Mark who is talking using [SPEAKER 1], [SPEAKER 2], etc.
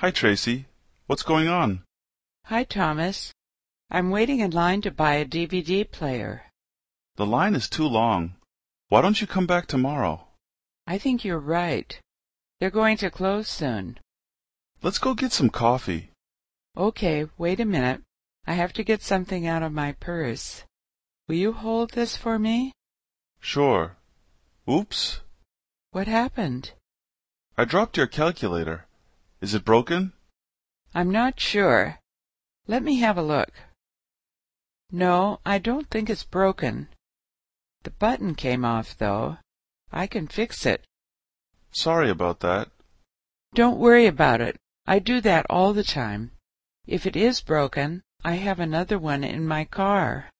[SPEAKER 1] Hi, Tracy. What's going on?
[SPEAKER 2] Hi, Thomas. I'm waiting in line to buy a DVD player.
[SPEAKER 1] The line is too long. Why don't you come back tomorrow?
[SPEAKER 2] I think you're right. They're going to close soon.
[SPEAKER 1] Let's go get some coffee.
[SPEAKER 2] Okay, wait a minute. I have to get something out of my purse. Will you hold this for me?
[SPEAKER 1] Sure. Oops.
[SPEAKER 2] What happened?
[SPEAKER 1] I dropped your calculator. Is it broken?
[SPEAKER 2] I'm not sure. Let me have a look. No, I don't think it's broken. The button came off, though. I can fix it.
[SPEAKER 1] Sorry about that.
[SPEAKER 2] Don't worry about it. I do that all the time. If it is broken, I have another one in my car.